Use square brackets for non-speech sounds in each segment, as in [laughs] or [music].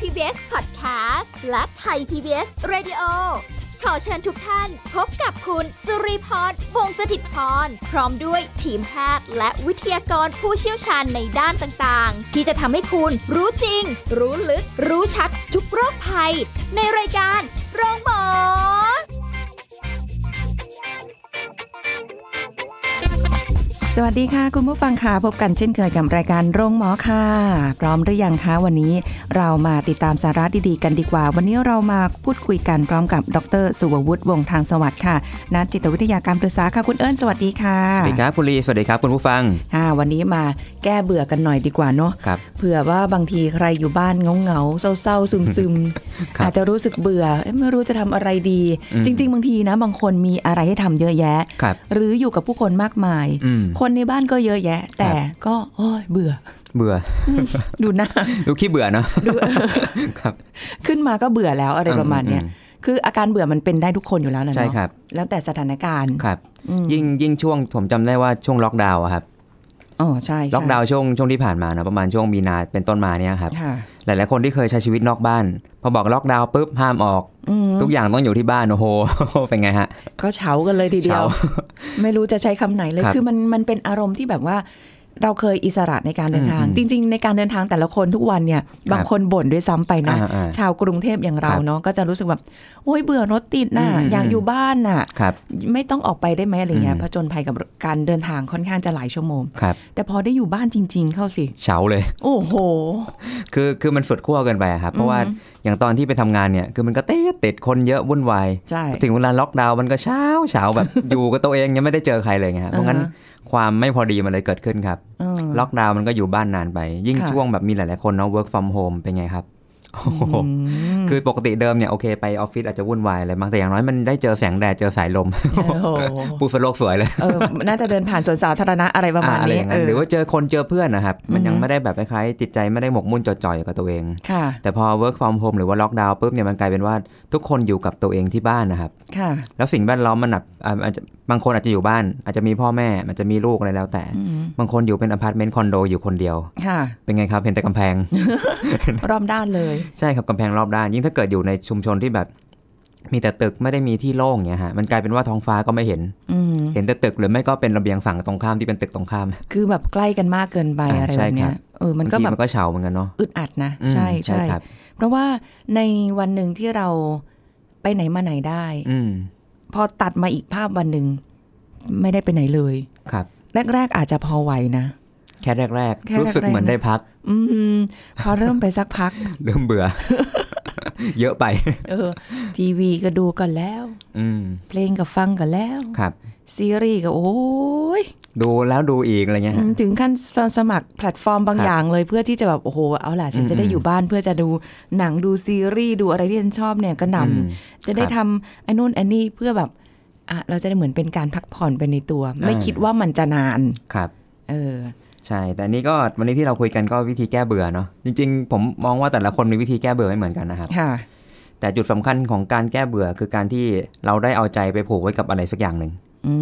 PBS Podcast และไทย PBS Radio ขอเชิญทุกท่านพบกับคุณสุริพรวงศสถิตพร พร้อมด้วยทีมแพทย์และวิทยากรผู้เชี่ยวชาญในด้านต่างๆ ที่จะทำให้คุณรู้จริง รู้ลึก รู้ชัดทุกโรคภัย ในรายการโรงพยาบาล สวัสดีค่ะคุณผู้ฟังค่ะพบกันเช่นเคยกับรายการโรงหมอค่ะ พร้อมหรือยังคะวันนี้เรามาติดตามสาระดีๆกันดีกว่า วันนี้เรามาพูดคุยกันพร้อมกับดรสุวัวุฒิวงศ์ทางสวัสดิ์ค่ะนักจิตวิทยาการปรึกษาค่ะคุณเอิญสวัสดีค่ะ สวัสดีครับคุณลีสวัสดีครับคุณผู้ฟัง ค่ะ วันนี้มาแก้เบื่อกันหน่อยดีกว่าเนาะ ครับ เผื่อว่าบางทีใครอยู่บ้านเงาๆเศร้าๆซึม ครั ๆ บ อาจจะรู้สึกเบื่อเอ๊ะไม่รู้จะทำอะไรดี อืม จริง ๆ บางทีนะ บางคนมีอะไรให้ทำเยอะแยะ ครับ หรืออยู่กับผู้คนมากมาย อืม คนในบ้านก็เยอะแยะ แต่ ครับ ก็โอ้ยเบื่อ เบื่อ ดูหน้า ดูขี้เบื่อเนาะครับ ขึ้นมาก็เบื่อแล้วอะไรประมาณเนี้ย อื คืออาการเบื่อมันเป็นได้ทุกคนอยู่แล้ว อืม นะ ใช่ เนาะ ครับ แล้วแต่สถานการณ์ ครับ อืม ยิ่งยิ่งช่วงผมจำได้ว่าช่วงล็อกดาวน์อะครับ อ๋อใช่ใช่ ล็อกดาวน์ช่วงช่วงที่ผ่านมาเนอะประมาณช่วงมีนาเป็นต้นมาเนี่ยครับ ค่ะ หลาย ๆ คนที่เคยใช้ชีวิตนอกบ้าน พอบอกล็อกดาวน์ปุ๊บห้ามออก อืม ทุกอย่างต้องอยู่ที่บ้านโอ้โห [laughs] เป็นไงฮะ ก็เฉากันเลยทีเดียว เฉา ไม่รู้จะใช้คำไหนเลย ครับ คือมันมันเป็นอารมณ์ที่แบบว่า เราเคยอิสระในการเดินทาง อืม จริง ๆ ในการเดินทางแต่ละคนทุกวันเนี่ย บางคนบ่นด้วยซ้ำไปนะ อ่าอ่า ชาวกรุงเทพอย่างเรา ครับ เนาะก็จะรู้สึกแบบโอ้ยเบื่อรถติดน่ะ อืมอืม อยากอยู่บ้านน่ะ ครับ ไม่ต้องออกไปได้ไหมอะไรเงี้ย อืม ผจญภัยกับการเดินทางค่อนข้างจะหลายชั่วโมง ครับ แต่พอได้อยู่บ้านจริง ๆ เข้าสิ เฉาเลย โอ้โห คือคือมันสุดขั้วเกินไปอะครับเพราะว่าอย่างตอนที่ไปทำงานเนี่ยคือมันก็ติดติดคนเยอะวุ่นวาย ใช่ [laughs] ถึงเวลาล็อกดาวน์มันก็เช้าเช้าแบบ [laughs] อยู่กับตัวเองยังไม่ได้เจอใครเลยไงฮะเพราะงั้น อ่าฮะ ความไม่พอดีมันเลยเกิดขึ้นครับ เออ ล็อกดาวน์มันก็อยู่บ้านนานไป ยิ่ง ค่ะ ช่วงแบบมีหลาย ๆ คนเนาะ work from home เป็นไงครับ [laughs] โอ้โห อืม คือปกติเดิมเนี่ยโอเคไปออฟฟิศอาจจะวุ่นวายอะไรบางแต่อย่างน้อยมันได้เจอแสงแดดเจอสาย [laughs] ลม โอ้โห ปูสโลกสวยเลย เออน่าจะเดินผ่านสวนสาธารณะอะไรประมาณ อะไร นี้ อย่าง เอ นั้น อ หรือว่าเจอคนเจอเพื่อนนะครับ มันยั อื ง อฮึ ไม่ได้แบบคล้ายๆจิตใจไม่ได้หมกมุ่นจดจ่อยอยู่กับตัวเอง ค่ะ แต่พอ work from home หรือว่าล็อกดาวน์ปุ๊บเนี่ยมันกลายเป็นว่าทุกคนอยู่กับตัวเองที่บ้านนะครับ ค่ะ แล้วสิ่งแวดล้อมมันแบบอ่าอาจจะบางคนอาจจะอยู่บ้าน อาจจะมีพ่อแม่อาจจะมีลูกอะไรแล้วแต่ อืม บางคนอยู่เป็นอพาร์ตเมนต์คอนโดอยู่คนเดียว [laughs] ค่ะ เป็นไงครับเห็นแต่กำแพ [laughs] ง รอบด้านเลย ใช่ครับกำแพงรอบด้าน ยิ่งถ้าเกิดอยู่ในชุมชนที่แบบ มีแต่ตึกไม่ได้มีที่โล่งเนี่ยฮะมันกลายเป็นว่าท้องฟ้าก็ไม่เห็น อืม เห็นแต่ตึกหรือไม่ก็เป็นระเบียงฝั่งตรงข้ามที่เป็นตึกตรงข้าม คือแบบใกล้กันมากเกินไป อ่า อะไร ใช่ แบบ ครั เนี้ยบเออ มันก็ บางที แบบ มันก็เฉาเหมือนกันเนาะ อึดอัดนะ อืม ใช่ใช่ ครับ เพราะว่าในวันหนึ่งที่เราไปไหนมาไหนได้ อืม พอตัดมาอีกภาพวันหนึ่งไม่ได้ไปไหนเลย ครับ แรก ๆ อาจจะพอไหวนะ แค่แรก แค่ ๆ รู้สึก แรกๆ เหมือนได้ [laughs] พัก อืม พอเริ่มไปสักพัก เริ่มเบื่อ [laughs] เยอะไป เออ ทีวีก็ดูกันแล้ว อืม เพลงก็ฟังกันแล้ว ครับ ซีรีส์ก็โอ้ย ดูแล้วดูอีกอะไรเงี้ยฮะ ถึงขั้นสมัครแพลตฟอร์มบาง ครับ อย่างเลยเพื่อที่จะแบบ โอ้โห เอาล่ะ ฉันจะได้ อืม อยู่บ้านเพื่อจะดูหนังดูซีรีส์ดูอะไรที่ฉันชอบเนี่ยก็นำ อืม จะได้ ครับ ทำไอ้นู่นไอ้นี่เพื่อแบบอ่ะเราจะได้เหมือนเป็นการพักผ่อนไปในตัว ไม่ อ่า คิดว่ามันจะนาน ครับ เออ ใช่ แต่อันนี้ก็วันนี้ที่เราคุยกันก็วิธีแก้เบื่อเนาะจริงๆ ผมมองว่าแต่ละคนมีวิธีแก้เบื่อไม่เหมือนกันนะครับ ค่ะ แต่จุดสำคัญของการแก้เบื่อคือการที่เราได้เอาใจไปผูกไว้กับอะไรสักอย่างหนึ่ง อื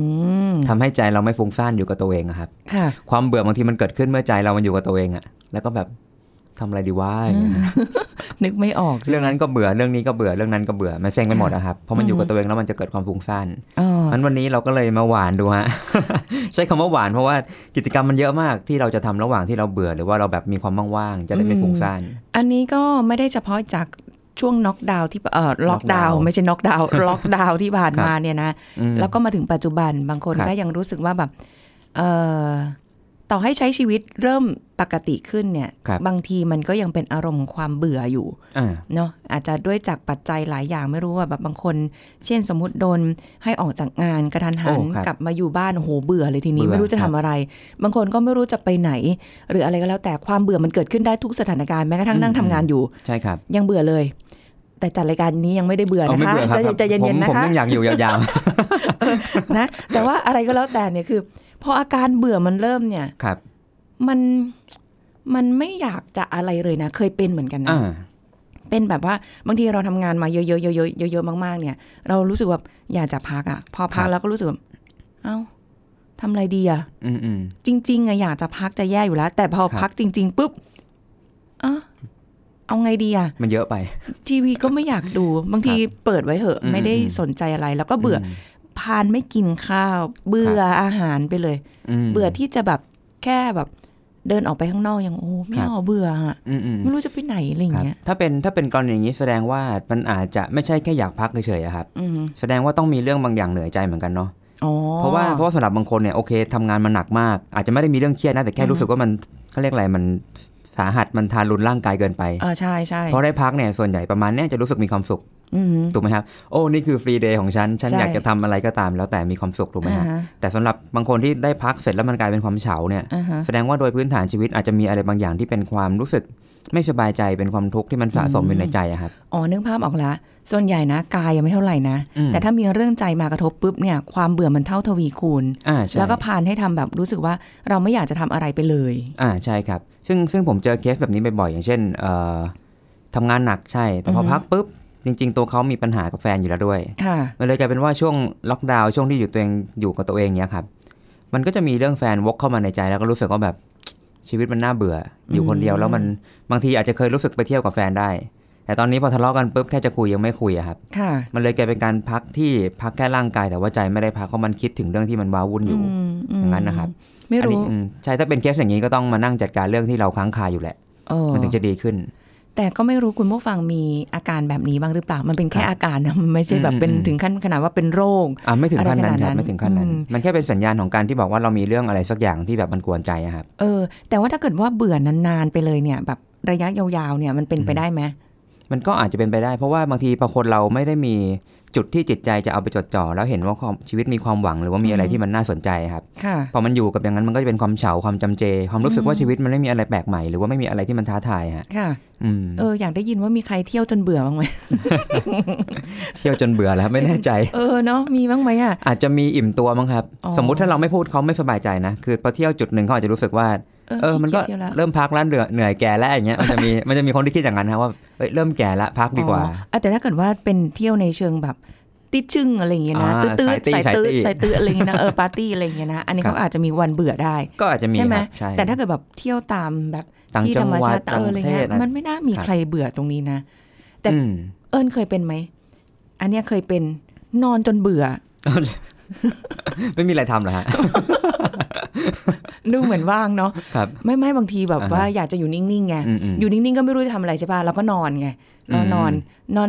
ม ทำให้ใจเราไม่ฟุ้งซ่านอยู่กับตัวเองอะครับ ค่ะ ความเบื่อบางทีมันเกิดขึ้นเมื่อใจเรามันอยู่กับตัวเองอะแล้วก็แบบทำอะไรดีวะอย่างเงี้ย นึกไม่ออก เรื่องนั้นก็เบื่อเรื่องนี้ก็เบื่อเรื่องนั้นก็เบื่อมันเซ็งไปหมดอะครับเพราะมันอยู่กับตัวเองแล้วมันจะเกิดความฟุ้งซ่าน อ๋อ งั้นวันนี้เราก็เลยมาหวานดูฮะ [laughs] ใช้คำว่าหวานเพราะว่ากิจกรรมมันเยอะมากที่เราจะทำระหว่างที่เราเบื่อหรือว่าเราแบบมีความว่างๆจะได้ไม่ฟุ้งซ่าน อันนี้ก็ไม่ได้เฉพาะจากช่วงน็อกดาวน์ที่เอ่อล็อกดาว knockdown น์ไม่ใช่น็อก [laughs] ดาวน์ ล็อกดาวน์ที่ผ่านมาเนี่ยนะ อืม แล้วก็มาถึงปัจจุบันบางคน ครับ ก็ยังรู้สึกว่าแบบเอ่อต่อให้ใช้ชีวิตเริ่มปกติขึ้นเนี่ย ครับ บางทีมันก็ยังเป็นอารมณ์ของความเบื่ออยู่ อ่า เนาะอาจจะด้วยจากปัจจัยหลายอย่างไม่รู้ว่าแบบบางคน เช่นสมมติโดนให้ออกจากงานกระทันหัน โอ้ครับ กลับมาอยู่บ้านโอ้โหเบื่อเลยทีนี้ เบื่อ ไม่รู้จะ ครั ทำ บ อะไร บางคนก็ไม่รู้จะไปไหน หรืออะไรก็แล้วแต่ความเบื่อมันเกิดขึ้นได้ทุกสถานการณ์แม้กระทั่งนั่งทำงานอยู่ ใช่ครับ ยังเบื่อเลย แต่จัดรายการนี้ยังไม่ได้เบื่อ เอา นะ ไม่ คะ เบื่อครับ ใจะเย็นๆนะ ผมผม คะ ยังอยากอยู่ยาว นะแต่ว่าอะไรก็แล้วแต่เนี่ยคือ พออาการเบื่อมันเริ่มเนี่ย ๆ ครับ มันมันไม่อยากจะอะไรเลยนะ เคยเป็นเหมือน [laughs] กันนะ อ่า เป็นแบบว่าบางทีเราทำงานมาเยอะๆเยอะๆเยอะๆมากๆเนี่ย เรารู้สึกแบบอยากจะพักอะ่ะ พอพักแล้วก็รู้สึกแบบเอ้าทำอะไรดีอะ่ะ อืมอืม จริงๆอะอยากจะพักจะแย่อยู่แล้ว แต่พอ ครับ พักจริง ๆปุ๊บอ่ะ เอาไงดีอะ มันเยอะไป ทีวีก็ไม่อยากดู บางทีเปิดไว้เหอะ อืม ไม่ได้ อืม สนใจอะไร แล้วก็เบื่ออ ม พานไม่กินข้าว เบื่ออาหารไปเลย ม เบื่อที่จะแบบแค่แบบ เดินออกไปข้างนอกยังโอ้ไม่ ครับ เอาเบื่ออะ อืมอืม ไม่รู้จะไปไหนอะไรอย่า ค ง รับ เงี้ย ถ้าเป็นถ้าเป็นกรณีอย่างนี้แสดงว่ามันอาจจะไม่ใช่แค่อยากพักเฉยๆอะครับ อืม แสดงว่าต้องมีเรื่องบางอย่างเหนื่อยใจเหมือนกันเนาะ อ๋อ เพราะว่าเพราะว่าสำหรับบางคนเนี่ยโอเคทำงานมันหนักมาก อาจจะไม่ได้มีเรื่องเครียดนะแต่แค่ อือฮึ รู้สึกว่ามันเขาเรียกอะไรมันสาหัสมันทารุณร่างกายเกินไป เออใช่ใช่ เพราะได้พักเนี่ยส่วนใหญ่ประมาณเนี้ยจะรู้สึกมีความสุข อืม ถูกไหมครับโอ้นี่คือฟรีเดย์ของฉัน ฉัน ใช่ อยากจะทำอะไรก็ตามแล้วแต่มีความสุขถูกไหม อ่า ฮะ ฮะ แต่สำหรับบางคนที่ได้พักเสร็จแล้วมันกลายเป็นความเฉาเนี่ย อ่าฮะ แสดงว่าโดยพื้นฐานชีวิตอาจจะมีอะไรบางอย่างที่เป็นความรู้สึกไม่สบายใจเป็นความทุกข์ที่มันสะสมอยู่ในใจอะครับ อ๋อนึกภาพออกละส่วนใหญ่นะกายยังไม่เท่าไหร่นะ อืม แต่ถ้ามีเรื่องใจมากระทบปุ๊บเนี่ยความเบื่อมันเท่าทวีคูณ อ่าใช่ แล้วก็พานให้ทำแบบรู้สึกว่าเราไม่อยากจะทำอะไรไปเลย อ่าใช่ครับ ซึ่งซึ่งผมเจอเคสแบบนี้บ่อยๆอย่างเช่นเอ่อทำงานหนักใช่ แต่พอ อฮึ พักปุ๊บ จริง ๆ ตัวเขามีปัญหากับแฟนอยู่แล้วด้วย ค่ะ มันเลยกลายเป็นว่าช่วงล็อกดาวน์ช่วงที่อยู่ตัวเองอยู่กับตัวเองเนี้ยครับ มันก็จะมีเรื่องแฟนวกเข้ามาในใจแล้วก็รู้สึกว่าแบบ ชีวิตมันน่าเบื่อ อยู่คนเดียวแล้วมันบางทีอาจจะเคยรู้สึกไปเที่ยวกับแฟนได้ แต่ตอนนี้พอทะเลาะกันปุ๊บแค่จะคุยยังไม่คุยอะครับ ค่ะ มันเลยกลายเป็นการพักที่พักแค่ร่างกายแต่ว่าใจไม่ได้พักเพราะมันคิดถึงเรื่องที่มันว้าวุ่นอยู่ มม อย่างนั้นนะครับ ไม่ อันนี้ รู้ อืมใช่ถ้าเป็นเคสอย่างนี้ก็ต้องมานั่งจัดการเรื่องที่เราค้างคาอยู่แหละ เออ มันถึงจะดีขึ้น แต่ก็ไม่รู้คุณผู้ฟังมีอาการแบบนี้บ้างหรือเปล่า มันเป็นแค่อาการนะ [laughs] มันไม่ใช่แบบ อืม เป็น อืม ถึงขั้นขนาดว่าเป็นโรค อ่ะไม่ถึงขั้นนั้น อะไรขนาด ค นั้ รับ น ไม่ถึงขั้นนั้น อืม มันแค่เป็นสัญญาณของการที่บอกว่าเรามีเรื่องอะไรสักอย่างที่แบบมันกวนใจอะครับ เออ แต่ว่าถ้าเกิดว่าเบื่อนานๆไปเลยเนี่ย แบบระยะยาวๆเนี่ยมันเป็นไปได้ไหม มันก็อาจจะเป็นไปได้เพราะว่าบางทีพอคนเราไม่ได้มีจุดที่จิตใจจะเอาไปจดจ่อแล้วเห็นว่าความชีวิตมีความหวังหรือว่ามีอะไรที่มันน่าสนใจครับ ค่ะ พอมันอยู่กับอย่างนั้นมันก็จะเป็นความเฉาความจำเจ ความรู้สึกว่าชีวิตมันไม่มีอะไรแปลกใหม่หรือว่าไม่มีอะไรที่มันท้าทายฮะ ค่ะ อืม เอออยากได้ยินว่ามีใครเที่ยวจนเบื่อบ้างไหม เที่ยวจนเบื่อแล้วไม่แน่ใจ เออเนาะมีบ้างไหมอ่ะ อาจจะมีอิ่มตัวมั้งครับ อ๋อ สมมุติถ้าเราไม่พูดเขาไม่สบายใจนะ คือพอเที่ยวจุดหนึ่งเขาอาจจะรู้สึกว่า เออ มันก็ ขี้เกียจเที่ยวแล้ว เริ่มพักแล้วเหนื่อยเหนื่อยแก่แล้วอย่างเงี้ย มันจะมี [laughs] มันจะมีคนที่คิดอย่างนั้นนะว่าเอ้ยเริ่มแก่ละพักดีกว่า อ๋ออ่ะแต่ถ้าเกิดว่าเป็นเที่ยวในเชิงแบบติดชึ่งอะไรอย่างเงี้ยนะ อ่า ตื้อๆ สา สาย ย ตี้ ตื้อ สายตี้ สายตื้ออะไรอย่างเงี้ยนะเออปาร์ตี้อะไรอย่างเงี้ยนะอันนี้ ครับ เขาอาจจะมีวันเบื่อได้ ก็อาจจะมี ใช่ไหม ครับใช่ แต่ถ้าเกิดแบบเที่ยวตามแบบ ต่าง ที่ จั ธรง รม หวั ชา ด ติ ต่า เองอ ป อะไร ระเท เงี้ ศ ย นะ มันไม่น่ามี ครับ ใครเบื่อตรงนี้นะ แต่ อืม เอิญเคยเป็นไหมอันเนี้ยเคยเป็นนอนจนเบื่อ ไม่มีอะไรทำ [laughs] เหรอฮะ ดูเหมือนว่าง [laughs] เนาะ ครับ ไม่ไม่บางทีแบบ อ่าฮะ ว่าอยากจะอยู่นิ่งๆไง อืมอืม อยู่นิ่งๆก็ไม่รู้จะทำอะไรใช่ป่ะเราก็นอนไง อื เรา ม นอนนอน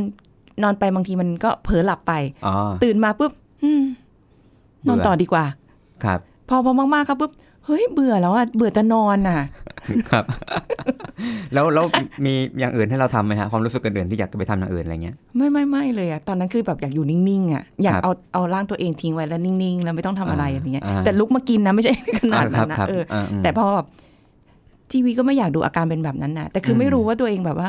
นอนไปบางทีมันก็เผลอหลับไป อ๋อ ตื่นมาปุ๊บอืม เบื่อ นอนต่อดีกว่า ครับ พอพอมากๆครับปุ๊บเฮ้ยเบื่อแล้วอ่ะเบื่อจะนอนอ่ะ ครับ แล้วแล้ว [laughs] มีอย่างอื่นให้เราทำไหมฮะความรู้สึกอื่นๆที่อยากจะไปทำอย่างอื่นอะไรเงี้ย ไม่ไม่ไม่เลยอ่ะตอนนั้นคือแบบอยากอยู่นิ่งๆอ่ะอยาก ครับ เอาเอาร่างตัวเองทิ้งไว้แล้วนิ่งๆแล้วไม่ต้องทำอะไรอะไรเงี้ย อ่า แต่ลุกมากินนะไม่ใช่ [laughs] ขนาด ครั นั้นนะครับเออ อ่าอืม แต่พอแบบทีวีก็ไม่อยากดูอาการเป็นแบบนั้นนะแต่คืออ ม ไม่รู้ว่าตัวเองแบบว่า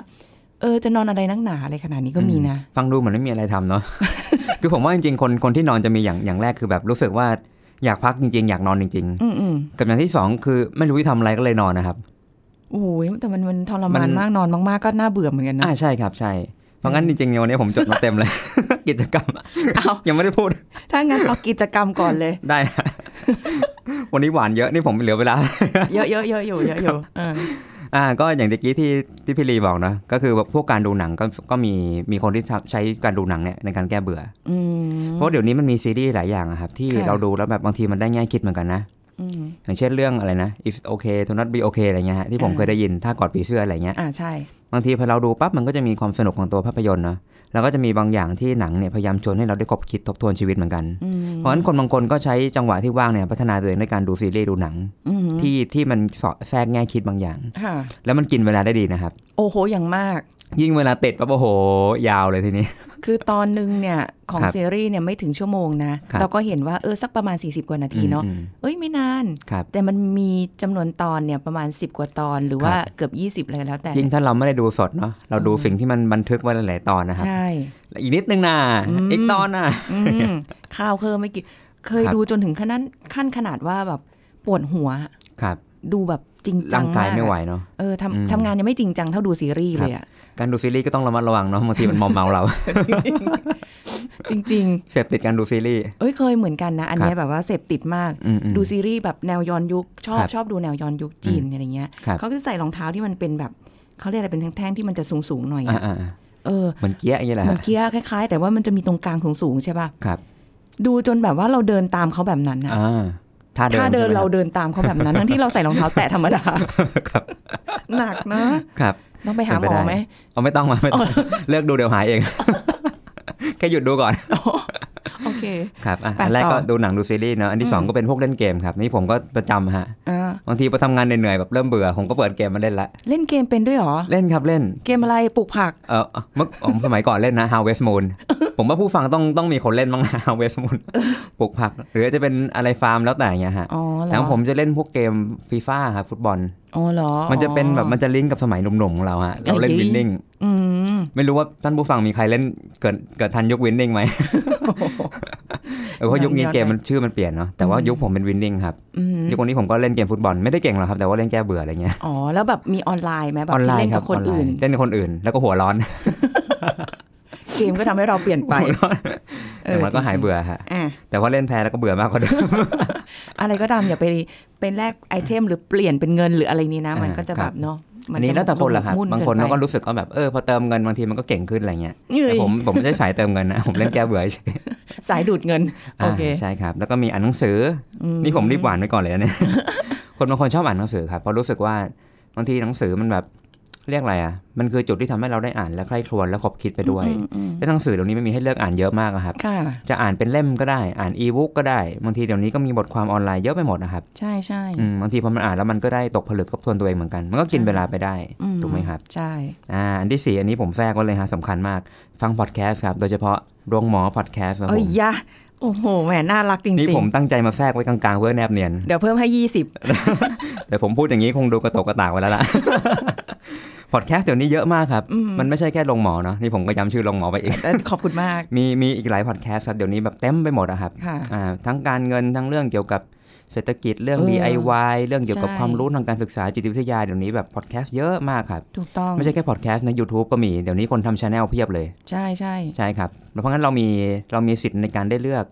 เออจะนอนอะไรนักหนาอะไรขนาดนี้ก็มีนะ ฟังดูเหมือนไม่มีอะไรทำเนาะ [laughs] คือผมว่าจริงๆ คนคนที่นอนจะมีอย่างอย่างแรกคือแบบรู้สึกว่าอยากพักจริงๆ อยากนอนจริง อืมอืม ๆ กับอย่างที่สองคือไม่รู้จะทำอะไรก็เลยนอนนะครับ โอ้ยแต่มันมันทร มั มาน น มากนอนมากๆก็น่าเบื่อเหมือนกันนะ อ่าใช่ครับใช่ เพราะงั้นจริงๆในวันนี้ผมจดมาเต็ [laughs] มเลย กิจกรรม เอา ยังไม่ได้พูด ถ้างั้นเอากิจกรรมก่อนเลย ได้ [laughs] วันนี้หวานเยอะนี่ผมเหลือเวลา เยอะเยอะเยอะอยู่เยอะอยู่เออ อ่าก็อย่างตะกี้ที่ที่พี่ลีบอกนะก็คือแบบพวกการดูหนังก็ก็มีมีคนที่ทำใช้การดูหนังเนี่ยในการแก้เบื่อ อื อ ม เพราะเดี๋ยวนี้มันมีซีรีส์หลายอย่างอะครับที่ ค่ะ เราดูแล้วแบบบางทีมันได้แง่คิดเหมือนกันนะ อืม อย่างเช่นเรื่องอะไรนะ if okay to not be okay อะไรเงี้ยฮะที่ผม อ่า เคยได้ยินถ้ากอดผีเสื้ออะไรเงี้ย อ่าใช่ บางทีพอเราดูปั๊บมันก็จะมีความสนุกของตัวภาพยนตร์เนอะแล้วก็จะมีบางอย่างที่หนังเนี่ยพยายามชวนให้เราได้คบคิดทบทวนชีวิตเหมือนกัน อืม เพราะฉะนั้นคนบางคนก็ใช้จังหวะที่ว่างเนี่ยพัฒนาตัวเองด้วยการดูซีรีส์ดูหนัง อืม ที่ที่มันสอดแทรกแง่คิดบางอย่าง ค่ะ แล้วมันกินเวลาได้ดีนะครับ โอ้โห อย่างมาก ยิ่งเวลาติดปั๊บโอ้โห ยาวเลยทีนี้ คือตอนหนึ่งเนี่ย ของ ครับ ซีรีส์เนี่ยไม่ถึงชั่วโมงนะ ครับ เราก็เห็นว่าเออสักประมาณ 40 กว่านาทีเนาะ อืม เอ้ยไม่นาน ครับ แต่มันมีจำนวนตอนเนี่ยประมาณ 10 กว่าตอนหรือว่าเกือบ 20เลยแล้วแต่ ยิ่งถ้าเราไม่ได้ดูสดเนาะเราดูสิ่งที่มันบันทึกไว้หลายๆตอนนะครับ ใช่ อีกนิดนึงนะ อืม อีกตอนนะ อืมข้าวเคยไม่กี่เคย ครับ ดูจนถึงขั้นนั้นขั้นขนาดว่าแบบปวดหัว ครับ ดูแบบจริงจั ร่างงกาย มาก ไม่ไหว อะ เนาะ เออ อืม ทำทำงานยังไม่จริงจังเท่าดูซีรีส์เลยอะ การดูซีรีส์ก็ต้องระมัดระวังเนาะบางทีมันมอมเมาเรา [laughs] จริง เสพติดการดูซีรีส์ ๆ เอ้ยเคยเหมือนกันนะ อันเนี้ยแบบว่าเสพติดมาก อืมอืม ดูซีรีส์แบบแนวย้อนยุคชอบ ครับ ชอบดูแนวย้อนยุคจีนอะไรเงี้ย ครับ เขาก็จะใส่รองเท้าที่มันเป็นแบบ เขาเรียกอะไรเป็นแท่งๆที่มันจะสูงๆหน่อย อ่า อะ อ่า เออ เหมือนเกี้ยอย่างเงี้ยแหละ เหมือ ฮะ นเกียร์คล้าย ๆ แต่ว่ามันจะมีตรงกลางสูงๆใช่ป่ะ ครับ ดูจนแบบว่าเราเดินตามเขาแบบนั้นนะ อ่าท่าเดิน ถ้าเดิน ใช่ไหม เรา ครับ เดินตามเขาแบบนั้นทั้งที่เราใส่รองเท้าแตะธรรม [laughs] ดาหนักนะครับ ต้องไปหาหมอไหม เอาไม่ต้อง [laughs] มาไม่ต้องเลิกดูเดี๋ยวหายเอง [laughs] แค่หยุดดูก่อน โอเค ครับอ่ะ ไป อันแรก ต่อ ก็ดูหนังดูซีรีส์เนาะอันที่สอง อืม ก็เป็นพวกเล่นเกมครับ นี่ผมก็ประจำฮะ อ่า บางทีพอทำงานเหนื่อยๆแบบเริ่มเบื่อผมก็เปิดเกมมาเล่น [laughs] ละ เล่นเกมเป็นด้วยเหรอ เล่นครับเล่น เกมอะไรปลูกผัก เออเมื่อผมสมัยก่อนเล่นนะ Harvest Moon ผมว่าผู้ฟังต้องต้องมีคนเล่นบ้างนะ [laughs] Harvest Moon ปลูกผัก หรือจะเป็นอะไรฟาร์มแล้วแต่อย่างเงี้ยฮะ อ๋อเหร แต่ อ ของผมจะเล่นพวกเกมฟีฟ่าครับฟุตบอล อ๋อเหรอ มันจะเป็นแบบมัน อ๋อ จะลิงก์กับสมัยหนุ่มๆของเราฮะเราเล่น เอ้ย วินนิ่ง อืม ไม่รู้ว่าท่านผู้ฟังมีใครเล่นเกิดเกิดทันยุควินนิ่งไหม เออเพราะยุคนี้เกมมันชื่อมันเปลี่ยนเนาะแต่ว่ายุคผมเป็นวินนิ่งครับ อืม ยุคนี้ผมก็เล่นเกมฟุตบอลไม่ได้เก่งหรอกครับแต่ว่าเล่นแก้เบื่ออะไรเงี้ย อ๋อ แล้วแบบมีออนไลน์ไหมแบ ออบนไล ที่ น์ เล่น คกัรับบ คน ไล อื่น เล่นกับคนอื่น แล้วก็หัวร้อน เกมก็ทำให้เราเปลี่ยนไป หัวร้อน เอ แต่ อ มันก็หาจยริงๆ เบื่อฮะ อ่ะ แต่ว่าเล่นแพ้แล้วก็เบื่อมากกว่าเดิม อะไรก็ตามอย่าไปเป็นแลกไอเทมหรือเปลี่ยนเป็นเงินหรืออะไรนี้นะ อ่ามั มันก็จะ ค แบ รับ บเนาะมั อันนี้แล้วแต่คนละครับ มุ่ บางคนเขาก็ เไป รู้สึกว่าแบบเออพอเติมเงินบางทีมันก็เก่งขึ้นอะไรเงี้ย เอ้ แต่ ย ผมผมไม่ได้สายเติมเงินนะ ผมเล่นแก้เบื่อเฉย สายดูดเงิน โอเค อ่าใช่ครับแล้วก็มีอ่านหนังสือ อื อนี่ผมรีบหวานไว้ก่อนเลยนะเนี่ยคนบางคนชอบอ่านหนังสือครับเพราะรู้สึกว่าบางทีหนังสือมันแบบเรียกอะไรอ่ะมันคือจุดที่ทำให้เราได้อ่านและใคร่ครวญและขบคิดไปด้วย อืมอืม แล้วหนังสือเดี๋ยวนี้ไม่มีให้เลือกอ่านเยอะมากอะครับ ค่ะ จะอ่านเป็นเล่มก็ได้ อ่านอีบุ๊กก็ได้ บางทีเดี๋ยวนี้ก็มีบทความออนไลน์เยอะไปหมดนะครับ ใช่ใช่ อืมบางทีพอมันอ่านแล้วมันก็ได้ตกผลึกกับทวนตัวเองเหมือนกัน มันก็กินเวลาไปได้ อื ถูกไหมครับ ใช่ อ่า อันที่สี่อันนี้ผมแทรกไว้เลยฮะสำคัญมาก ฟังพอดแคสต์ครับ โดยเฉพาะโรงหมอพอดแคสต์ครับ เอ้ ผ ย ม ยะ โอ้โห แหม น่ารักจริงๆ นี่ผมตั้งใจมาแทรกไว้กลางๆเพื่อแนบเนียน เดี๋ยวเพิ่มให้ยี่สิบ แต่ผมพูดอย่างนี้คงดูกระตกกระตากไปแล้วล่ะ [laughs] พอดแคสต์เดี๋ยวนี้เยอะมากครับ มันไม่ใช่แค่โรงหมอเนาะ นี่ผมก็ย้ำชื่อโรงหมอไปอีก ขอบคุณมาก มีมีอีกหลายพอดแคสต์ครับ เดี๋ยวนี้แบบเต็มไปหมดอะครับ ค่ะ อ่าทั้งการเงินทั้งเรื่องเกี่ยวกับเศรษฐกิจเรื่อง เออ DIY เรื่องเกี่ยวกับ ใช่ ความรู้ทางการศึกษาจิตวิทยาเดี๋ยวนี้แบบพอดแคสต์เยอะมากครับ ถูกต้อง ไม่ใช่แค่พอดแคสต์นะ YouTube ก็มีเดี๋ยวนี้คนทำชาแนลเพียบเลย ใช่ใช่ ใช่ครับเพราะงั้นเรามีเรามีสิทธิ์ในการได้เลือก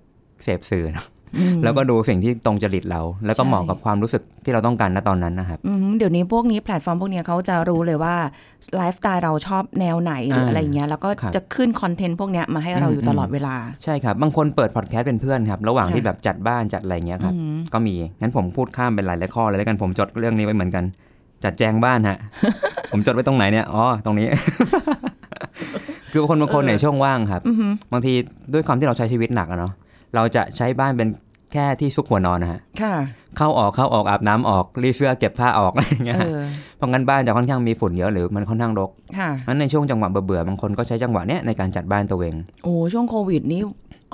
เสพสื่อนะ อืม แล้วก็ดูสิ่งที่ตรงจริตเรา แล้วก็ ใช่ เหมาะกับความรู้สึกที่เราต้องการณตอนนั้นนะครับ อืมเดี๋ยวนี้พวกนี้แพลตฟอร์มพวกเนี้ยเขาจะรู้เลยว่าไลฟ์สไตล์เราชอบแนวไหนหรืออะไรเงี้ยแล้วก็ ครับ จะขึ้นคอนเทนต์พวกเนี้ยมาให้เราอยู่ อืม ตลอดเวลา ใช่ครับบางคนเปิดพอดแคสต์เป็นเพื่อนครับระหว่าง ค่ะ ที่แบบจัดบ้านจัดอะไรเงี้ยครับ อืม ก็มีงั้นผมพูดข้ามเป็นหลายหลายๆข้อเลยแล้วกันผมจดเรื่องนี้ไว้เหมือนกัน จัดแจง [laughs] บ้านฮะ ผมจดไว้ตรงไหนเนี่ยอ๋อตรงนี้ [laughs] คือบางคนบางคนเนี่ยช่วงว่างครับ อือหือบ างทีด้วยความที่เราใช้ชีวิตหนักอะเนาะเราจะใช้บ้านเป็นแค่ที่ซุกหัวนอนนะฮะ ค่ะ เข้าออกเข้าออกอาบน้ำออกรีดเสื้อเก็บผ้าออกอะไรอย่างเงี้ย เอ ฮะ อ เพราะงั้นบ้านจะค่อนข้างมีฝุ่นเยอะหรือมันค่อนข้างรก ค่ะ งั้นในช่วงจังหวะเบื่อๆบางคนก็ใช้จังหวะเนี้ยในการจัดบ้านตัวเอง โอ้ช่วงโควิดนี้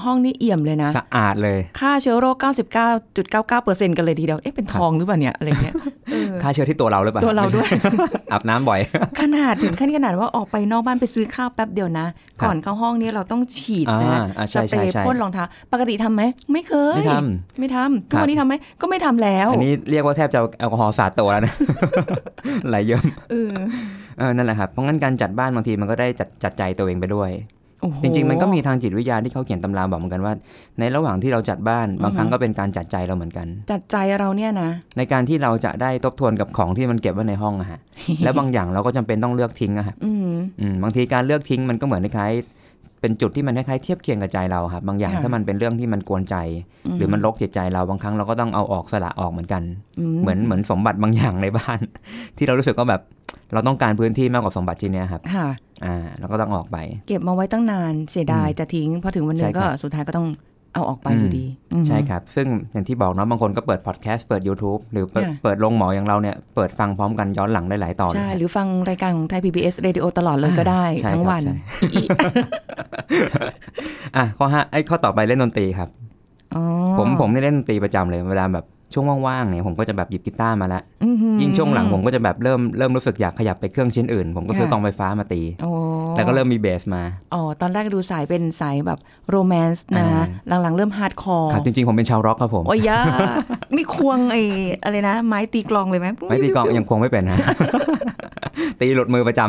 ห้องนี่เอี่ยมเลยนะ สะอาดเลย ค่าเชื้อโรค 99.99%กันเลยทีเดียวเอ๊ะเป็นทองหรือเปล่าเนี่ยอะไรเงี้ยเออ ฆ่าเชื้อที่ตัวเราหรือเปล่า ตัวเราด้วย อาบน้ำบ่อย [laughs] ขนาดถึงขั้นขนาดว่าออกไปนอกบ้านไปซื้อข้าวแป๊บเดียวนะ ครับ ก่อนเข้าห้องเนี่ยเราต้องฉีดนะ อ่าอ่าใช่ สเปรย์ ใช่ใช่ พ่นรองเท้าปกติทำไหมไม่เคย ไม่ท ไม่ทำ ค ทุ รั ก บ วันนี้ทำไหมก็ไม่ทำแล้ว ำอันนี้เรียกว่าแทบจะแอลกอฮอล์สาดตัว [laughs] แล้วนะ ไหลเยิ้ม เออ เออนั่นแหละครับเพราะงั้นการจัดบ้านบางทีมันก็ได้จัดจัดใจตัวเองไปด้วย โอ้โห จริงๆ มันก็มีทางจิตวิทยาที่เขาเขียนตำราบอกเหมือนกันว่า ในระหว่างที่เราจัดบ้านบาง อือฮึ ครั้งก็เป็นการจัดใจเราเหมือนกัน จัดใจเราเนี่ยนะ ในการที่เราจะได้ทบทวนกับของที่มันเก็บไว้ในห้อง [laughs] อะฮะ แล้วบางอย่างเราก็จำเป็นต้องเลือกทิ้งอะฮะ อืม อืมบางทีการเลือกทิ้งมันก็เหมือนคล้ายๆเป็นจุดที่มันคล้ายๆเทียบเคียงกับใจเราครับบางอย่าง ค่ะ ถ้ามันเป็นเรื่องที่มันกวนใจ หรือมันรกจิตใจเราบางครั้งเราก็ต้องเอาออกสละออกเหมือนกัน เหมือนเหมือนสมบัติบางอย่างในบ้าน [laughs] ที่เรารู้สึกว่าแบบเราต้องการพื้นที่มากกว่าสมบัติชิ้นเนี้ยครับ ค่ะ อ่าเราก็ต้องออกไป เก็บมาไว้ตั้งนานเสียดายจะทิ้งพอถึงวันหนึง ใช่ครับ ก็สุดท้ายก็ต้องเอาออกไป อืม อยู่ดีอืม ใช่ครับ ซึ่งอย่างที่บอกเนาะบางคนก็เปิดพอดแคสต์เปิด YouTube หรือเปิด ค่ะ เปิดโรงหมออย่างเราเนี่ยเปิดฟังพร้อมกันย้อนหลังได้หลายตอน ใช่ เลย หรือฟังรายการของไทย PBS Radio ตลอดเลยก็ได้ ใช่ ทั้ง ครับ วัน ใช่ [laughs] อ่ะข้อห้าไอ้ข้อต่อไปเล่นดนตรีครับ อ๋อ ผมผมเนี่ยเล่นดนตรีประจำเลยเวลาแบบช่วงว่างๆเนี่ยผมก็จะแบบหยิบกีตาร์มาละ อื้อหือ ยิ่งช่วงหลังผมก็จะแบบเริ่มเริ่มรู้สึกอยากขยับไปเครื่องชิ้นอื่น ผมก็ซื้อ ค่ะ กลองไฟฟ้ามาตี โอ้ แล้วก็เริ่มมีเบสมา อ๋อตอนแรกดูสายเป็นสายแบบโรแมนส์นะ อ่ หลังๆเริ่มฮาร์ดคอร์ ครับจริงๆผมเป็นชาวร็อกครับผม โอ้ยยะนี่ควงไอ้อะไรนะ ไม้ตีกลองเลยไหม ไม่ตีกลองยังคงไม่เป็นนะ [laughs] ตีหลุดมือประจ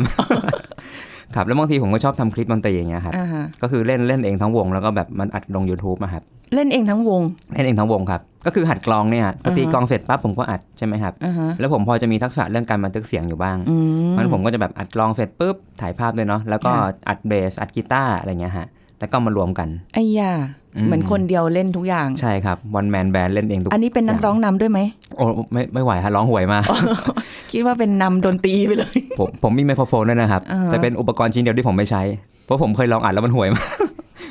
ำ ครับแล้วบางทีผมก็ชอบทำ [laughs] คลิปดนตรีอย่างเงี้ยครับ อ่าฮะ ก็คือเล่นเล่นเองทั้งวงแล้วก็แบบมันอัดลง YouTube อะครับ เล่นเองทั้งวง เล่นเองทั้งวงครับ ก็ ก็คือหัดกลองเนี่ยพอตี อือฮะ กลองเสร็จปั๊บผมก็อัดใช่ไหมครับ อ่าฮะ แล้วผมพอจะมีทักษะเรื่องการบันทึกเสียงอยู่บ้าง อืม มันผมก็จะแบบอัดกลองเสร็จปุ๊บถ่ายภาพด้วยเนาะแล้วก็ ค่ะ อัดเบสอัดกีตาร์อะไรเงี้ยฮะแล้วก็มารวมกัน ไอ้ยา อืม เหมือนคนเดียวเล่นทุกอย่าง ใช่ครับวันแมนแบนเล่นเองทุก อันนี้เป็นนักร้องนำด้วยไหม โอ้ไม่ไม่ไหวฮะร้องห่วยมาก คิดว่าเป็นนำดนตรีไปเลย ผมผมมีไมโครโฟนด้วยนะครับ อ่าฮะ แต่เป็นอุปกรณ์ชิ้นเดียวที่ผมไม่ใช้ เพราะผมเคยลองอัดแล้วมันห่วยมาก [laughs]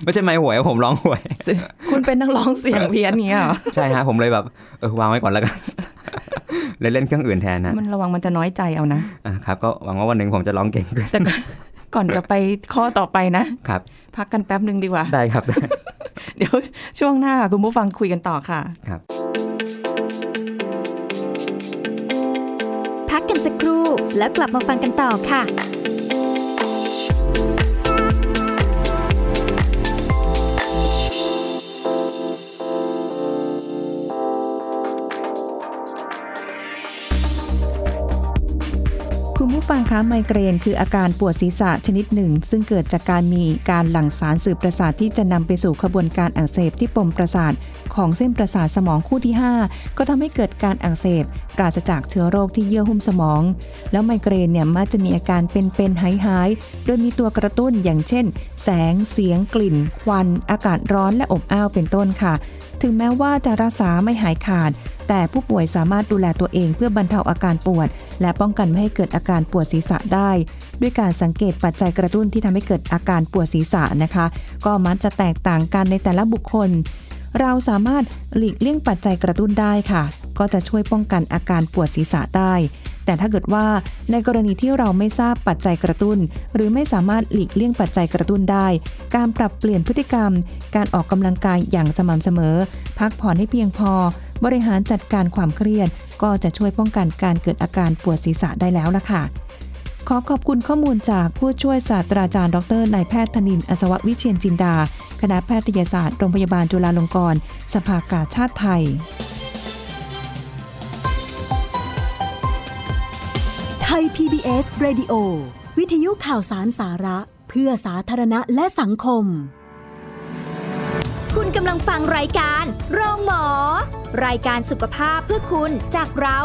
ไม่ใช่ไม้ห่วยผมร้อง [laughs] ห่วย คุณเป็นนักร้องเสียงเพี้ยนเนี้ยเหรอ ใช่ฮะผมเลยแบบเออวางไว้ก่อนแล้ว [laughs] กัน เลยเล่นเครื่องอื่นแทนนะ มันระวังมันจะน้อยใจเอานะ อ่ะครับ ก็หวังว่าวันหนึ่งผมจะร้องเก่งขึ้น [laughs] แต่ก่อนก่อนจะไปข้อต่อไปนะ [laughs] ครับ พักกันแป๊บหนึ่งดีกว่า ได้ครับ [laughs] เดี๋ยวช่วงหน้าคุณผู้ฟังคุยกันต่อค่ะ พักกันสักครู่แล้วกลับมาฟังกันต่อค่ะ คุณผู้ฟังคะไมเกรนคืออาการปวดศีรษะชนิดหนึ่ง ซึ่งเกิดจากการมีการหลั่งสารสื่อประสาทที่จะนำไปสู่ขบวนการอักเสบที่ปมประสาท ของเส้นประสาทสมองคู่ที่ 5 ก็ทำให้เกิดการอักเสบปราศจากเชื้อโรคที่เยื่อหุ้มสมอง แล้วไมเกรนเนี่ยมักจะมีอาการเป็นๆหายๆโดยมีตัวกระตุ้นอย่างเช่น แสง เสียง กลิ่น ควัน อากาศร้อนและอบอ้าวเป็นต้นค่ะ ถึงแม้ว่าจะรักษาไม่หายขาด แต่ผู้ป่วยสามารถดูแลตัวเองเพื่อบรรเทาอาการปวด และป้องกันไม่ให้เกิดอาการปวดศีรษะได้ ด้วยการสังเกตปัจจัยกระตุ้นที่ทำให้เกิดอาการปวดศีรษะนะคะ ก็มักจะแตกต่างกันในแต่ละบุคคล เราสามารถหลีกเลี่ยงปัจจัยกระตุ้นได้ค่ะ ก็จะช่วยป้องกันอาการปวดศีรษะได้ แต่ถ้าเกิดว่าในกรณีที่เราไม่ทราบปัจจัยกระตุ้น หรือไม่สามารถหลีกเลี่ยงปัจจัยกระตุ้นได้ การปรับเปลี่ยนพฤติกรรม การออกกำลังกายอย่างสม่ำเสมอ พักผ่อนให้เพียงพอ บริหารจัดการความเครียด ก็จะช่วยป้องกันการเกิดอาการปวดศีรษะได้แล้วล่ะค่ะ ขอขอบคุณข้อมูลจากผู้ช่วยศาสตราจารย์ดรนายแพทย์ธนินทร์อัศววิเชียนจินดา คณะแพทยศาสตร์โรงพยาบาลจุฬาลงกรณ์สภากาชาติไทย ไทย PBS Radio วิทยุข่าวสารสาระ เพื่อสาธารณะและสังคม คุณกำลังฟังรายการโรงหมอ รายการสุขภาพเพื่อคุณจากเรา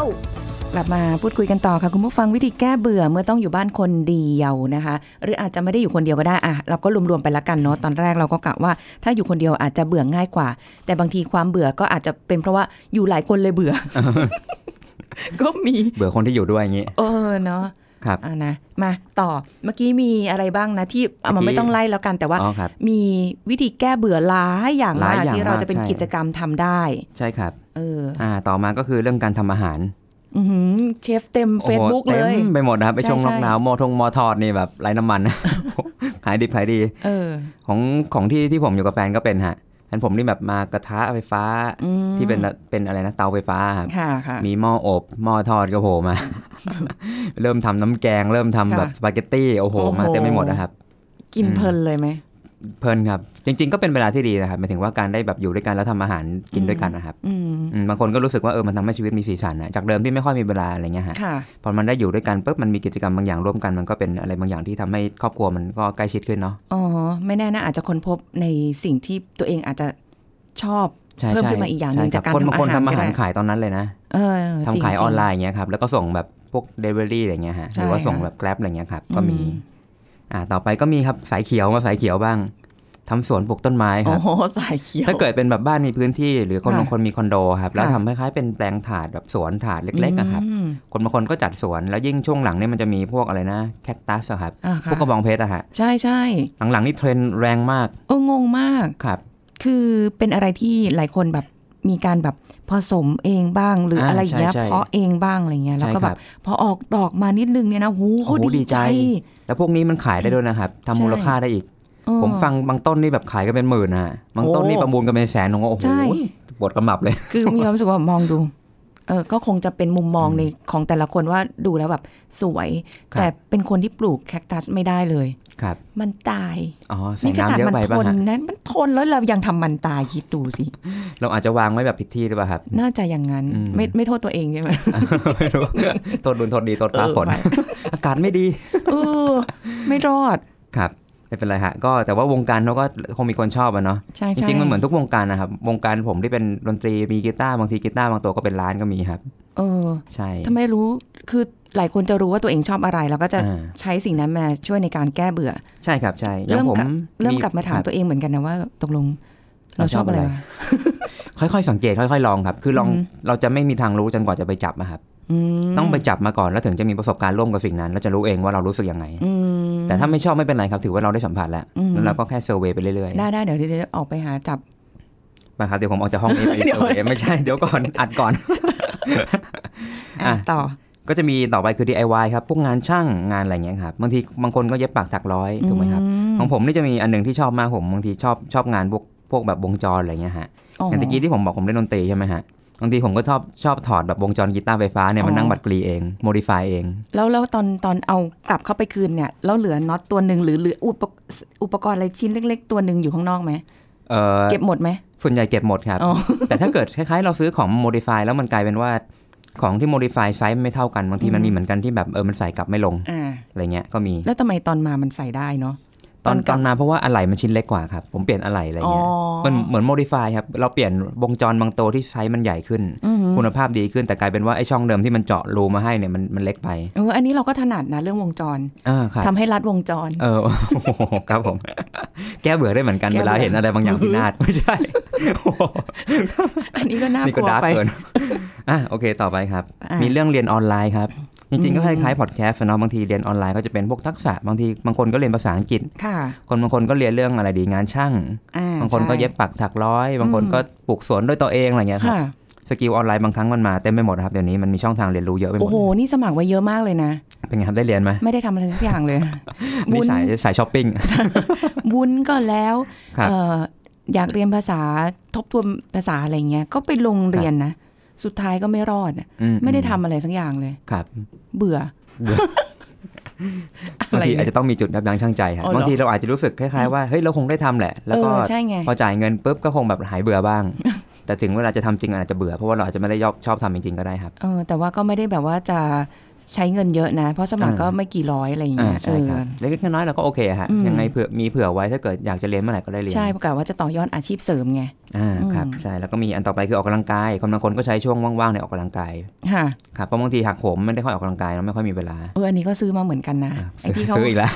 กลับมาพูดคุยกันต่อค่ะ คุณผู้ฟังวิธีแก้เบื่อเมื่อต้องอยู่บ้านคนเดียวนะคะ หรืออาจจะไม่ได้อยู่คนเดียวก็ได้อะเราก็รวมๆไปละกันเนาะตอนแรกเราก็กะว่า ถ้าอยู่คนเดียวอาจจะเบื่อง่ายกว่า แต่บางทีความเบื่อก็อาจจะเป็นเพราะว่าอยู่หลายคนเลยเบื่อ [laughs] ก็มี เบื่อคนที่อยู่ด้วยอย่างงี้ เออเนาะ ครับ อ่ะนะมาต่อเมื่อกี้มีอะไรบ้างนะที่เอามา เมื่อกี้ ไม่ต้องไล่แล้วกันแต่ว่า อ๋อครับ มีวิธีแก้เบื่อหลายอย่าหลามงาย ก อย่าง ที่เรา มาก จะเป็น ใช่ กิจกรรมทำได้ ใช่ครับ เออ อ่าต่อมาก็คือเรื่องการทำอาหาร อื้อหือเชฟเต็ม โอ้โห Facebook เล ต็ ย มไปหมดนะครับไป ใช่ ช่วง ใช่ ล็อกดาวน์หมอทงหมอทอดนี่แบบไร้น้ำ [laughs] มัน ขายดิบขายดี เออ ของของที่ที่ผมอยู่กับแฟนก็เป็นฮะแฟนผมนี่แบบมากระทะไฟฟ้า อืม ที่เป็นเป็นอะไรนะเตาไฟฟ้าครับ ค่ะค่ะ มีหม้ออบหม้อทอดก็โผล่มา [laughs] เริ่มทำน้ำแกง เริ่มทำแบบ ค่ะ สปาเกตตี้โอ้โห โอ้โห มาเต็มไปหมดนะครับ กินเพลินเลยไหม เพลินครับ จริง ๆ ก็เป็นเวลาที่ดีนะครับหมายถึงว่าการได้แบบอยู่ด้วยกันแล้วทำอาหารกินด้วยกันนะครับ อืม อืมบางคนก็รู้สึกว่าเออมันทำให้ชีวิตมีสีสันนะจากเดิมที่ไม่ค่อยมีเวลาอะไรเงี้ยฮะ ค่ะ พอมันได้อยู่ด้วยกันปุ๊บมันมีกิจกรรมบางอย่างร่วมกันมันก็เป็นอะไรบางอย่างที่ทำให้ครอบครัวมันก็ใกล้ชิดขึ้นเนาะ อ๋อ ไม่แน่นะอาจจะค้นพบในสิ่งที่ตัวเองอาจจะชอบ ใช่ เพิ่ม ใช่ ขึ้นมาอีกอย่างหนึ่ง ใช่ค จากการ คนบางคน ทำอาหาร ทำอา ก็ หาร ได้ ขายตอนนั้นเลยนะ เออ ทำ จริง ขาย จริง ออนไลน์อย่างเงี้ยครับ แล้วก็ส่งแบบพวก delivery อะไรเงี้ยฮะ ใช่ หรือว่าส่ง ค่ะ แบบ grab อะไรเงี้ยครับ ก็มี อืม อ่า ต่อไปก็มีครับสายเขียวมาสายเขียวบ้างทำสวนปลูกต้นไม้ค โอ้ รับ โห สายเขียว ถ้าเกิดเป็นแบบบ้านมีพื้นที่ หรือคน ค่ะ บางคนมีคอนโดครับ แล้ว ค่ะ ทำคล้ายๆเป็นแปลงถาดแบบสวนถาดเล็กๆอะครับ อืม คนบางคนก็จัดสวน แล้วยิ่งช่วงหลังเนี่ยมันจะมีพวกอะไรนะ แคคตัสครับ อ่า พ ค่ะ วกกระบองเพชรอะฮะ ใช่ใช่ หลังๆนี่เทรนด์แรงมาก เอองงมาก ครับ คือเป็นอะไรที่หลายคนแบบมีการแบบผสมเองบ้าง หรือ อ่า อะไรอย่างเงี้ย ใช่ใช่ เพาะเองบ้างอะไรเงี้ย แล้ว ใช่ ก็ ค แบ รับ พอออกดอกมานิดนึงเนี่ยนะหูเขา โอ้โห ดีใจ แล้วพวกนี้มันขายได้ด้วยนะครับทำมูลค่าได้อีก เออ ผมฟังบางต้นนี่แบบขายกันเป็นหมื่นนะฮะบางต้นนี่ โอ้ ประมูลกันเป็นแสนผมก็โอ้โห ใช่ ปวดกระหมับเลย คือมีความรู้สึกว่ามองดู เออ ก็คงจะเป็นมุมมองในของแต่ละคนว่าดูแล้วแบบสวย ครับ แต่เป็นคนที่ปลูกแคคตัสไม่ได้เลย ครับ มันตาย อ๋อใส่ นี่ขนาด น้ำเยอะ มั ไป ท บ้าง น ฮะ นะมันทนแล้วเรายังทำมันตายคิดดูสิ เราอาจจะวางไว้แบบผิดที่หรือเปล่าครับ น่าจะอย่างนั้น อืม ไม่ไม่โทษตัวเองใช่ไหม [laughs] ไม่รู้ [laughs] โทษดุลโทษดีโทษฟ้าฝน เออไป อากาศไม่ดี เออไม่รอด ครับ จ ไม่เป็นไรฮะก็แต่ว่าวงการเขาก็คงมีคนชอบอะเนาะ ใช่ จ ใช่ ริงๆมันเหมือนทุกวงการนะครับวงการผมที่เป็นดนตรีมีกีตาร์บางทีกีตาร์บางตัวก็เป็นร้านก็มีครับ เออ ใช่ ทำไมรู้คือหลายคนจะรู้ว่าตัวเองชอบอะไร แล้วก็จะ อ่า ใช้สิ่งนั้นมาช่วยในการแก้เบื่อ ใช่ครับใช่อ เริ่ ย่าง ม ผม กลับ เริ่ม ค กลับมาถาม ค ตัวเองเหมือนกันนะว่าตกลง เราชอบอะไร เราชอบอะไร วะ ค่อยๆสังเกตค่อยๆลองครับ คือลอง อืม เราจะไม่มีทางรู้จนกว่าจะไปจับนะครับ อืม ต้องไปจับมาก่อนแล้วถึงจะมีประสบการณ์ร่วมกับสิ่งนั้นแล้วจะรู้เองว่าเรารู้สึกยังไง อืม แต่ถ้าไม่ชอบไม่เป็นไรครับถือว่าเราได้สัมผัสแล้ว อืม แล้วเราก็แค่เซอร์เวย์ไปเรื่อย ได้ได้เดี๋ยวเดี๋ยวจะออกไปหาจับ ๆมาครับเดี๋ยวผมออกจากห้อง [laughs] นี้ไป เดี๋ยเซอ ว ร์เวย์ไม่ใช่เดี๋ยว [laughs] ก่อนอัดก่อน อ่ะ อ่ะ ต่อ ก็จะมีต่อไปคือ DIY ครับ พวกงานช่างงานอะไรเงี้ยครับบางทีบางคนก็เย็บปากถักร้อยถูกไหมครับของผมนี่จะมีอันหนึ่งที่ชอบมากผมบางทีชอบชอบงานพวกพวกแบบวงจรอะไรเงี้ยฮะอย่างตะกี้ที่ผมบอกผมเล่นดนตรีใช่ไหมฮะบางทีผมก็ชอบชอบถอดแบบวงจรกีตาร์ไฟฟ้าเนี่ยมันนั่ง อ๋อ บัดกรีเองโมดิฟายเอง แล้วแล้วตอนตอนเอากลับเข้าไปคืนเนี่ยแล้วเหลือน็อตตัวหนึ่งหรือหรืออุปกอุปกรณ์อะไรชิ้นเล็ก ๆ ตัวหนึ่งอยู่ข้างนอกไหม เอ่อ เก็บหมดไหม ส่วนใหญ่เก็บหมดครับ อ๋ [laughs] อ แต่ถ้าเกิดคล้ายๆ เราซื้อของ modify แล้วมันกลายเป็นว่าของที่ modify ไซส์ไม่เท่ากัน บางทีมันมีเหมือนกันที่แบบเออมันใส่กลับไม่ลง อ่า อะไรเงี้ยก็มี แล้วทำไมตอนมามันใส่ได้เนาะ ตอน ตอนกลับ ตอนมาเพราะว่าอะไหล่มันชิ้นเล็กกว่าครับ ผมเปลี่ยนอะไหล่อะไรเงี้ยมันเหมือน modify ครับ เราเปลี่ยนวงจรบางตัวที่ใช้มันใหญ่ขึ้น อืม คุณภาพดีขึ้นแต่กลายเป็นว่าไอ้ช่องเดิมที่มันเจาะรูมาให้เนี่ยมันมันเล็กไป เอออันนี้เราก็ถนัดนะเรื่องวงจร อ่าครับ ทำให้รัดวงจร [laughs] เอ [laughs] อโอ้โหครับผม แก้เบื่อได้เหมือนกัน แก้ เว เบื่อ ลาเห็นอะไรบางอย่างพิ [laughs] นาศไม่ใช่โอ้โห อันนี้ก็น่า นี่ ก ก็ ลัว ดาร์ก ไป เกิ [laughs] นอ่ะโอเคต่อไปครับ อ่ะ มีเรื่องเรียนออนไลน์ครับ จริงๆ ก็ อืมคล้ายๆพอดแคสต์เนาะบางทีเรียนออนไลน์ก็จะเป็นพวกทักษะบางทีบางคนก็เรียนภาษาอังกฤษ ค่ะ คนบางคนก็เรียนเรื่องอะไรดีงานช่าง อ่ บางคนก็ ใช่ เย็บปักถักร้อย บางคน อืม ก็ปลูกสวนด้วยตัวเองอะไรเงี้ยครับ ค่ะ สกิลออนไลน์บางครั้งมันมาเต็มไปหมดครับเดี๋ยวนี้มันมีช่องทางเรียนรู้เยอะไปหม โอ้ ด โหนี่สมัครไว้เยอะมากเลยนะ เป็นไงครับได้เรียนไหม ไม่ได้ทำอะไรสักอย่างเลย นี่ บุญ สายสายช้อปปิ้ง บุญก็แล้ว ครับ เอ่ออยากเรียนภาษาทบทวนภาษาอะไรเงี้ยก็ไปลงเรียนนะ สุดท้ายก็ไม่รอดอะ อื ไม่ได้ทำอะไรสักอย่างเลย ครับ เบื่อ บางที อะไรเนี่ย อาจจะต้องมีจุดนับยั้งชั่งใจครับ อ๋อเหรอ บางทีเราอาจจะรู้สึกคล้ายๆว่าเฮ้ยเราคงได้ทำแหละแล้ว เอ ก็ อใช่ไง พอจ่ายเงินปุ๊บก็คงแบบหายเบื่อบ้าง [laughs] แต่ถึงเวลาจะทำจริงมันอาจจะเบื่อเพราะว่าเราอาจจะไม่ได้ยอบชอบทำจริงๆก็ได้ครับ เออแต่ว่าก็ไม่ได้แบบว่าจะใช้เงินเยอะนะ เพราะสมัคร อ่า ก็ไม่กี่ร้อยอะไรอย่าง อ่า เงี้ยเอ ใช่ อ ครับเล็กๆน้อยๆเราก็โอเคฮะ อืม ยังไงเผื่อมีเผื่อไว้ถ้าเกิดอยากจะเรียนเมื่อไหร่ก็ได้เรียน ใช่ประกาศว่าจะต่อยอดอาชีพเสริมไง อ่าครับ อืม ใช่แล้วก็มีอันต่อไปคือออกกำลังกายคนบางคนก็ใช้ช่วงว่างๆในยออกกำลังกาย ค่ะ ครับเพราะบางทีหักโหมไม่ได้ค่อยออกกำลังกายเราไม่ค่อยมีเวลา เอออันนี้ก็ซื้อมาเหมือนกันนะ อ่ะ ไอ้ที่เขา ซื้ออีกแล้ว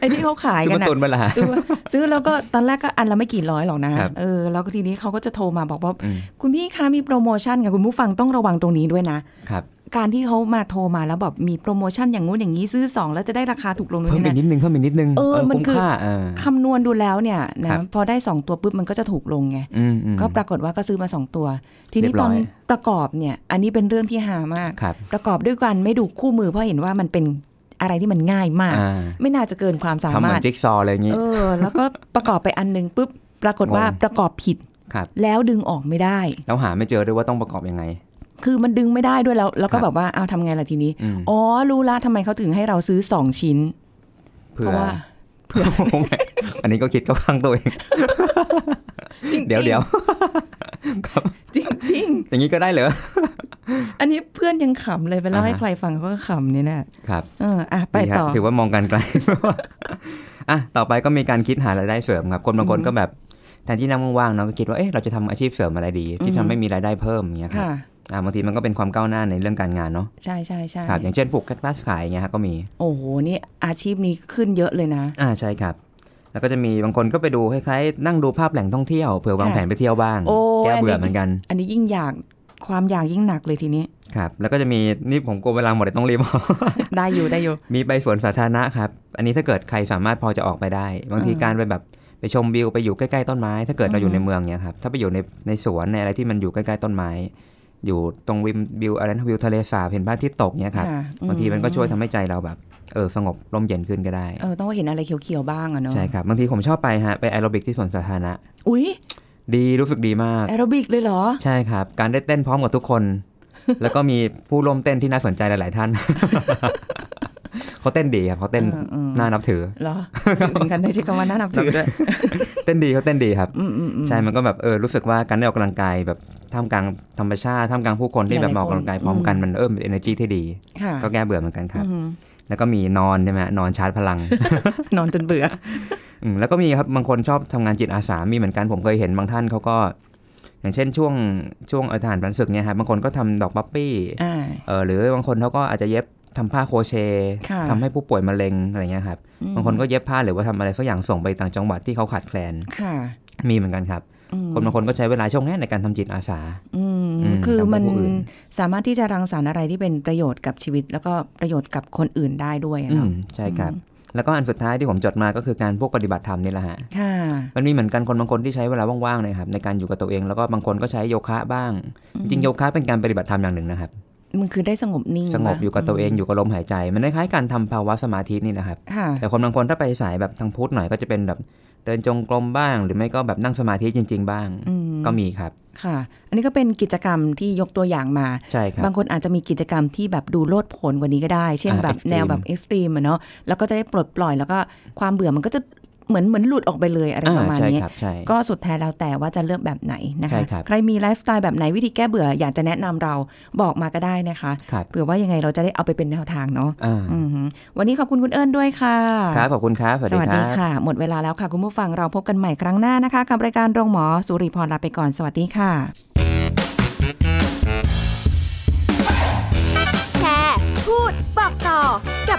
ไอ้ที่เขาขาย ซื้กัอนนะมาตุนไปละ ซื้อซื้อแล้วก็ตอนแรกก็อันละไม่กี่ร้อยหรอกนะครับ เออแล้วก็ทีนี้เขาก็จะโทรมาบอกว่า อืม คุณพี่คะมีโปรโมชั่นค่ะคุณผู้ฟังต้องระวังตรงนี้ด้วยนะ ครับ การที่เขามาโทรมาแล้วแบบมีโปรโมชั่นอย่างงู้นอย่างนี้ซื้อสองแล้วจะได้ราคาถูกลงนู่น เพิ่ม นี่ อีก นั่น นิดนึงเพิ่มอีกนิดนึง เออมัน คุ้ม คือ ค่าเออ คำนวณดูแล้วเนี่ย ครั นะ บ พอได้สองตัวปุ๊บมันก็จะถูกลงไง อืมอืม ก็ปรากฏว่าก็ซื้อมาสองตัว ทีนี้ เรียบ ต ร้ อ อนย ประกอบเนี่ย อันนี้เป็นเรื่องที่หามาก ครับ ประกอบด้วยกันไม่ดูคู่มือเพราะเห็นว่ามันเป็นอะไรที่มันง่ายมาก อ่า ไม่น่าจะเกินความสา ทำเหมือ มารถ นจิ๊กซอว์อะไรอย่างงี้ เออ แล้วก็ประกอบไปอันหนึงปุ๊บปรากฏว่าง ง ประกอบผิด ครับ แล้วดึงออกไม่ได้ แล้วหาไม่เจอด้วยว่าต้องประกอบยังไง คือมันดึงไม่ได้ด้วยแล้ว แล้วก็ ครับ แบบว่าเอาวทำไงล่ะทีนี้ อืม อ๋อ รู้ละทำไมเขาถึงให้เราซื้อสองชิ้น เผื่ เพ อ ราะว่า เผื่อ ผม [laughs] อันนี้ก็คิดก็ข้างตัวเอง [laughs] เดี๋ยวเดี๋ยว จริงๆจริง ๆอย่างนี้ก็ได้เหรอ ๆอันนี้เพื่อนยังขำเลยไปเล่าให้ใครฟังเขาก็ขำเนี่ยนะครับ เอออ่ะไป ดีฮะ ต่อ ถือว่ามองการไกล [laughs] อ่ะต่อไปก็มีการคิดหารายได้เสริมครับ คนบางคนก็แบบแทนที่นั่งว่างๆเนาะก็คิดว่าเอ๊ะเราจะทำอาชีพเสริมอะไรดี ที่ อือฮึ ทำให้มีรายได้เพิ่มอย่างเงี้ยครับ ค่ะ อ่ะบางทีมันก็เป็นความก้าวหน้าในเรื่องการงานเนาะ ใช่ใช่ใช่ ครับอย่างเช่นปลูกแคคตัสขายอย่างเงี้ยฮะก็มี โอ้โห นี่อาชีพนี้ขึ้นเยอะเลยนะ อ่าใช่ครับ แล้วก็จะมีบางคนก็ไปดูคล้ายๆนั่งดูภาพแหล่งท่องเที่ยวเผื่อวาง ค่ะ แผนไปเที่ยวบ้าง โอ้ แก้เบื่อน นี้ เหมือนกัน อันนี้ยิ่งอยาก ความอยากยิ่งหนักเลยทีนี้ [laughs] ครับแล้วก็จะมีนี่ผมกลัวเวลาหมดเลยต้องรีบ ได้อยู่ได้อยู่ มีไปสวนสาธารณะครับ อันนี้ถ้าเกิดใครสามารถพอจะออกไปได้ บางที อ่า การไปแบบไปชมวิวไปอยู่ใกล้ๆต้นไม้ ถ้าเกิดเราอ อื ยู่ อฮึ ในเมืองเนี้ยครับ ถ้าไปอยู่ในในสวนในอะไรที่มันอยู่ใกล้ๆต้นไม้ อยู่ตรงวิมวิวอะไรนะวิวทะเลสาบเห็นพระอาทิตย์ตกเนี้ยครับ ค่ะ บางทีมันก็ช่วย อื ทำให้ใจเราแบบเออสงบร่มเย็นขึ้นก็ได้ เออ ต้องเห็นอะไรเขียวๆบ้างอะเนาะ ใช่ครับ บางทีผมชอบไปฮะไปแอโรบิกที่สวนสาธารณะ อุ๊ย ดีรู้สึกดีมาก แอโรบิกเลยเหรอ ใช่ครับ การได้เต้นพร้อมกับทุก [laughs] คน แล้วก็มีผู้ร่วมเต้นที่น่าสนใจหลาย ๆ ท่าน [laughs] เขาเต้นดีครับเขาเต้น เออเออ น่านับถือ เหรอ ถึงกันได้ใช้คำว่าน่านับถือด้วย เต้นดีเขาเต้นดีครับ อืมอืมอืม ใช่ มันก็แบบเออรู้สึกว่าการได้ออกกำลังกายแบบท่ามกลางธรรมชาติท่ามกลางผู้คนที่แบบ ห มา ลายๆ ออกกำลังกาย คน พร้อมกัน อืม มันเออเป็น energy ที่ดี ค่ะ ก็แก้เบื่อเหมือนกันครับ อืม แล้วก็มีนอนใช่ไหมฮะนอนชาร์จ [laughs] พลัง นอนจนเบื่อ อืมแล้วก็มีครับบางคนชอบทำงานจิตอาสา มีเหมือนกันผมเคยเห็นบางท่านเขาก็ อย่างเช่นช่วงช่วงเอ่อทหารพรานศึกเนี่ยครับบางคนก็ทำดอกป๊อปปี้ อ่า เออหรือบางคนเขาก็อาจจะเย็บทำผ้าโครเชต์ ค่ะ ทำให้ผู้ป่วยมะเร็งอะไรเงี้ยครับบางคนก็เย็บผ้าหรือว่าทำอะไรสักอย่างส่งไปต่างจังหวัดที่เขาขาดแคลน ค่ะ มีเหมือนกันครับ อืม คนบางคนก็ใช้เวลาช่วงนี้ในการทำจิตอาสา อืม อืม คือมัน ทำให้ผู้อื่น สามารถที่จะรังสรรค์อะไรที่เป็นประโยชน์กับชีวิต แล้วก็ประโยชน์กับคนอื่นได้ด้วยอะ อื เนาะ มใช่ครับ อืม แล้วก็อันสุดท้ายที่ผมจดมาก็คือการพวกปฏิบัติธรรมนี่แหละฮะ ค่ะ มันมีเหมือนกันคนบางคนที่ใช้เวลาว่างๆเนยครับในการอยู่กับตัวเองแล้วก็บางคนก็ใช้โยคะบ้าง จริงๆโยคะเป็นการปฏิบัติธรรมอย่างหนึ่งนะครับ มันคือได้สงบนิ่ง สงบ ปะ อยู่กับตัวเองอยู่กับลมหายใจ มันคล้ายๆการทำภาวะสมาธินี่นะครับ ค่ะ แต่คนบางคนถ้าไปสายแบบทางพุทธหน่อยก็จะเป็นแบบเดินจงกรมบ้าง หรือไม่ก็แบบนั่งสมาธิจริง ๆ บ้าง อืม ก็มีครับ ค่ะ อันนี้ก็เป็นกิจกรรมที่ยกตัวอย่างมา ใช่ครับ บางคนอาจจะมีกิจกรรมที่แบบดูโลดโผนกว่านี้ก็ได้ เช่น อ่า แบบ extreme แนวแบบเอ็กซ์ตรีมอะเนาะ แล้วก็จะได้ปลดปล่อย แล้วก็ความเบื่อมันก็จะเหมือนเหมือนหลุดออกไปเลยอะไรประมาณ ใช่ นี้ ครับใช่ ก็สุดแท้แล้วแต่ว่าจะเลือกแบบไหนนะ ใช่ คะ ครับ ใครมีไลฟ์สไตล์แบบไหนวิธีแก้เบื่ออยากจะแนะนำเราบอกมาก็ได้นะคะ ครับ เผื่อว่ายังไงเราจะได้เอาไปเป็นแนวทางเนาะ อ่า อือหือวันนี้ขอบคุณคุณเอิญด้วยค่ะ ครับขอบคุณครับสวัส ส ดี วัส ค ดี รับ ค่ะ หมดเวลาแล้วค่ะ คุณผู้ฟังเราพบกันใหม่ครั้งหน้านะคะ กับรายการโรงหมอสุริพรลาไปก่อน สวัสดีค่ะ แชร์ พูด บอกต่อ กับ